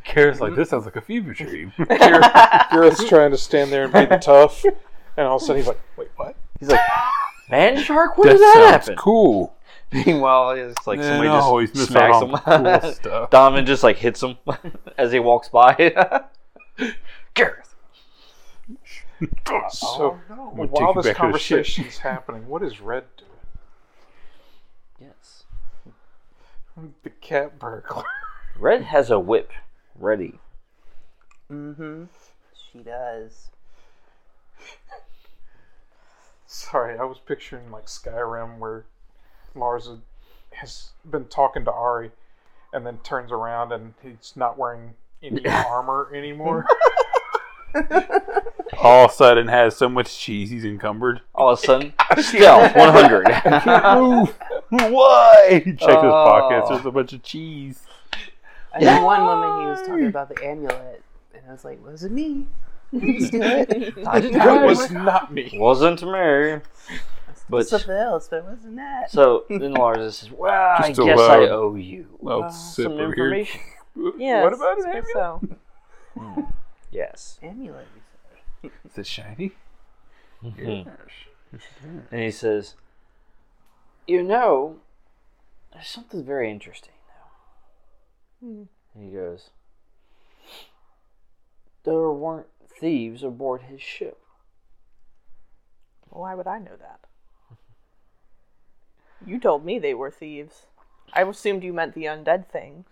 Speaker 7: Kara's like, this sounds like a fever dream.
Speaker 6: Garrett's trying to stand there and be the tough, and all of a sudden he's like, "Wait, what?"
Speaker 3: He's like, Man Shark, when did that
Speaker 7: that sounds
Speaker 3: happen?
Speaker 7: cool.
Speaker 3: Meanwhile, it's like
Speaker 7: Yeah,
Speaker 3: somebody
Speaker 7: no, he's
Speaker 3: just
Speaker 7: missed
Speaker 3: smacks
Speaker 7: out
Speaker 3: him.
Speaker 7: on cool stuff.
Speaker 3: Donovan just like hits him as he walks by. Gareth.
Speaker 6: So
Speaker 2: no.
Speaker 7: We'll
Speaker 6: while
Speaker 7: take you back
Speaker 6: this
Speaker 7: to the ship.
Speaker 6: conversation's happening, what is Red doing?
Speaker 3: Yes.
Speaker 6: The cat burglar.
Speaker 3: Red has a whip ready.
Speaker 8: Mm-hmm. She does.
Speaker 6: Sorry, I was picturing like Skyrim where Larza has been talking to Ari and then turns around and he's not wearing any armor anymore.
Speaker 7: All of a sudden has so much cheese he's encumbered.
Speaker 3: All of a sudden, stealth 100.
Speaker 7: Ooh, why? Oh. He checks his pockets. There's a bunch of cheese.
Speaker 8: I know one woman he was talking about the amulet, and I was like, was it me? Didn't steal it.
Speaker 3: I didn't
Speaker 6: that was not me.
Speaker 3: Wasn't me. But-
Speaker 8: something else, but it wasn't that.
Speaker 3: So then Lars says, Well, I
Speaker 7: Just a
Speaker 3: guess I
Speaker 7: loud-
Speaker 3: owe you
Speaker 7: Well, sip
Speaker 3: some
Speaker 7: over here.
Speaker 3: information.
Speaker 4: Yes.
Speaker 7: What about it?
Speaker 4: So,
Speaker 3: Yes.
Speaker 8: Amulet. you said.
Speaker 6: Is it shiny?
Speaker 3: Mhm. And he says, You know, there's something very interesting, though.
Speaker 4: Hmm.
Speaker 3: And he goes, There weren't thieves aboard his ship.
Speaker 4: Why would I know that? You told me they were thieves. I assumed you meant the undead things,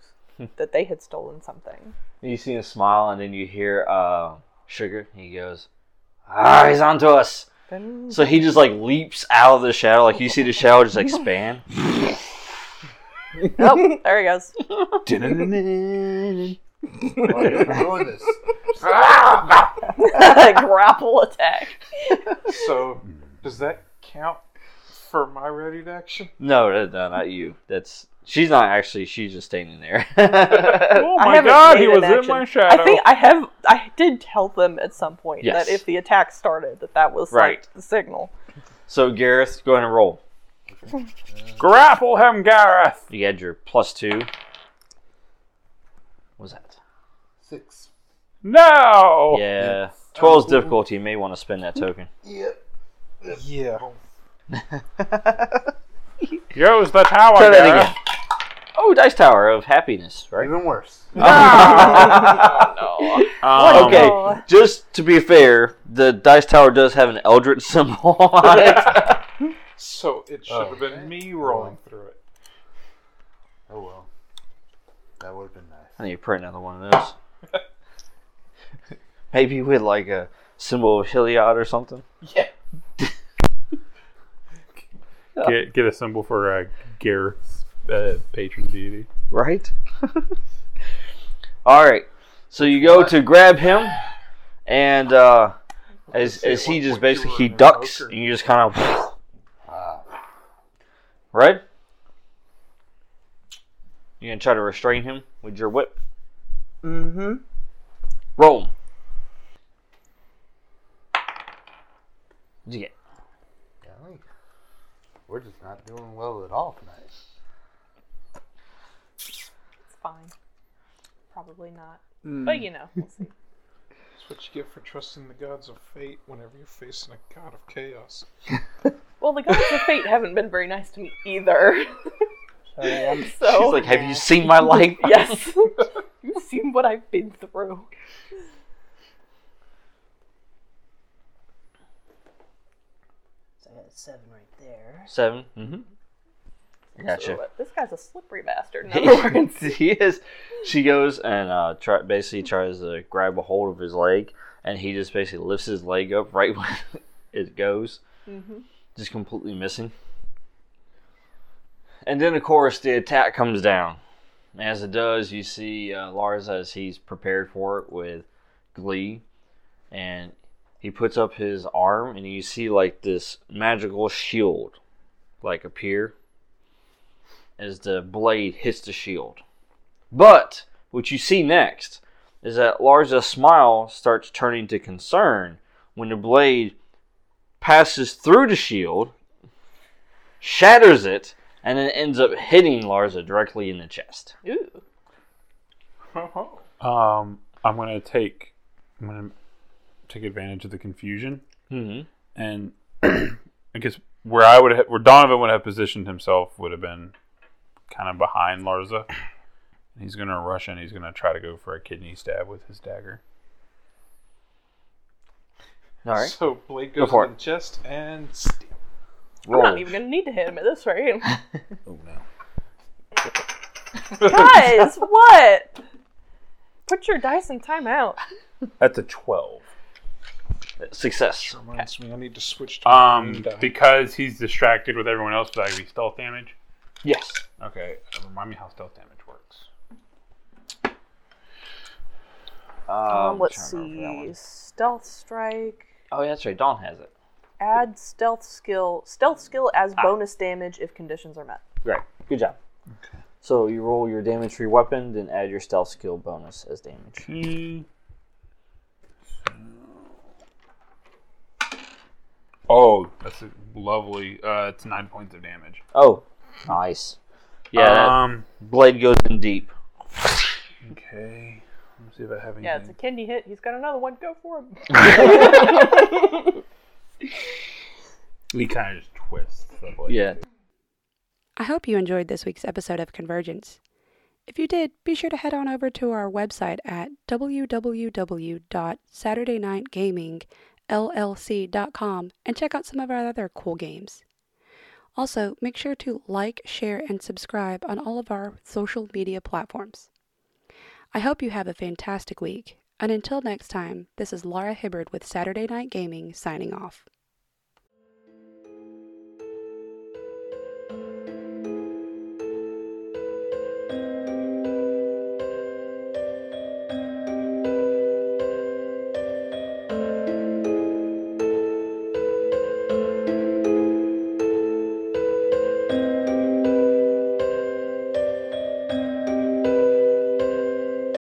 Speaker 4: that they had stolen something.
Speaker 3: And you see him smile, and then you hear uh, Sugar. He goes, Ah, he's onto us.
Speaker 4: Then
Speaker 3: So he just like leaps out of the shadow. Like you see the shadow just expand.
Speaker 4: oh, there he goes.
Speaker 2: Why are you doing this?
Speaker 4: Grapple attack.
Speaker 6: So, does that count for my ready to action?
Speaker 3: No, no, no, not you. That's she's not actually. She's just standing there.
Speaker 7: Oh
Speaker 4: I
Speaker 7: my
Speaker 4: haven't
Speaker 7: god,
Speaker 4: made
Speaker 7: he
Speaker 4: an
Speaker 7: was in
Speaker 4: action.
Speaker 7: my shadow.
Speaker 4: I think I have. I did tell them at some point
Speaker 3: Yes.
Speaker 4: that if the attack started, that that was
Speaker 3: Right.
Speaker 4: like the signal.
Speaker 3: so Gareth, go ahead and roll.
Speaker 7: Grapple him, Gareth.
Speaker 3: You had your plus two. What was that?
Speaker 2: Six.
Speaker 7: No.
Speaker 3: yeah, twelve's difficulty. You may want to spend that token.
Speaker 2: Yep.
Speaker 6: Yeah.
Speaker 7: Yo's the tower,
Speaker 3: Try that
Speaker 7: Gareth.
Speaker 3: Oh, dice tower of happiness, right?
Speaker 2: Even worse.
Speaker 7: Um,
Speaker 3: okay,
Speaker 4: Oh.
Speaker 3: just to be fair, the dice tower does have an eldritch symbol on it.
Speaker 6: So it should have been
Speaker 3: Oh.
Speaker 2: Okay.
Speaker 6: me rolling through it.
Speaker 2: Oh well. That would have been
Speaker 3: I
Speaker 2: nice.
Speaker 3: need to print another one of those. Maybe with like a symbol of Heliod or something.
Speaker 7: Get get a symbol for uh, Gareth's uh, patron deity.
Speaker 3: right? All right. So you go to grab him, and uh, as as he just basically he ducks, and you just kind of
Speaker 2: Ah,
Speaker 3: right. You gonna try to restrain him with your whip?
Speaker 8: Mm-hmm.
Speaker 3: Roll. What'd you get?
Speaker 2: golly. We're just not doing well at all tonight.
Speaker 4: It's fine. Probably not. But you know, we'll see.
Speaker 6: That's what you get for trusting the gods of fate whenever you're facing a god of chaos.
Speaker 4: Well, the gods of fate haven't been very nice to me either.
Speaker 8: Oh,
Speaker 4: so
Speaker 3: She's like, have you seen my life?
Speaker 4: Oh, yes, you've seen what I've been through.
Speaker 8: So I got a seven right there.
Speaker 3: 7 Mm-hmm. Gotcha.
Speaker 4: So, uh, this guy's a slippery bastard. In other words.
Speaker 3: he is. She goes and uh, try, basically tries to grab a hold of his leg, and he just basically lifts his leg up right when it goes,
Speaker 4: Mm-hmm.
Speaker 3: just completely missing. And then, of course, the attack comes down. As it does, you see uh, Lars as he's prepared for it with glee, and he puts up his arm, and you see like this magical shield, like appear as the blade hits the shield. But what you see next is that Larza's smile starts turning to concern when the blade passes through the shield, shatters it, and then ends up hitting Larza directly in the chest.
Speaker 4: Ooh.
Speaker 6: Oh,
Speaker 7: Um, I'm gonna take. I'm gonna take advantage of the confusion,
Speaker 3: Mm-hmm.
Speaker 7: and I guess where I would have, where Donovan would have positioned himself would have been kind of behind Larza. And He's gonna rush in. He's gonna try to go for a kidney stab with his dagger.
Speaker 3: All right.
Speaker 6: So blade
Speaker 3: Go
Speaker 6: goes
Speaker 3: for
Speaker 6: in the chest and stab.
Speaker 3: Roll.
Speaker 4: I'm not even gonna need to hit him at this rate.
Speaker 2: Oh no.
Speaker 4: Guys, what? Put your dice in timeout.
Speaker 7: That's a twelve.
Speaker 3: Success.
Speaker 6: reminds me I need to switch to
Speaker 7: Um,
Speaker 6: die.
Speaker 7: because he's distracted with everyone else, would I be stealth damage?
Speaker 3: Yes.
Speaker 7: Okay, remind me how stealth damage works.
Speaker 4: Um,
Speaker 3: I'm
Speaker 4: let's
Speaker 3: trying to remember that
Speaker 4: see.
Speaker 3: one.
Speaker 4: Stealth strike.
Speaker 3: Oh, yeah, that's right. Dawn has it.
Speaker 4: Add stealth skill. Stealth skill as
Speaker 3: Ah.
Speaker 4: bonus damage if conditions are met.
Speaker 3: Right. Good job. So you roll your damage for your weapon, then add your stealth skill bonus as damage.
Speaker 7: Oh, that's a lovely. Uh, it's nine points of damage.
Speaker 3: Oh, nice. Yeah, that
Speaker 7: Um.
Speaker 3: blade goes in deep.
Speaker 7: Okay. Let me see if I have anything.
Speaker 4: Yeah, it's a
Speaker 3: Mm-hmm.
Speaker 4: Kendi hit. He's got another one. Go for him.
Speaker 7: we kind of just twist. The blade.
Speaker 3: Yeah.
Speaker 1: I hope you enjoyed this week's episode of Convergence. If you did, be sure to head on over to our website at www.saturdaynightgamingllc.com and check out some of our other cool games. Also, make sure to like, share, and subscribe on all of our social media platforms. I hope you have a fantastic week, and until next time, this is Laura Hibbard with Saturday Night Gaming signing off.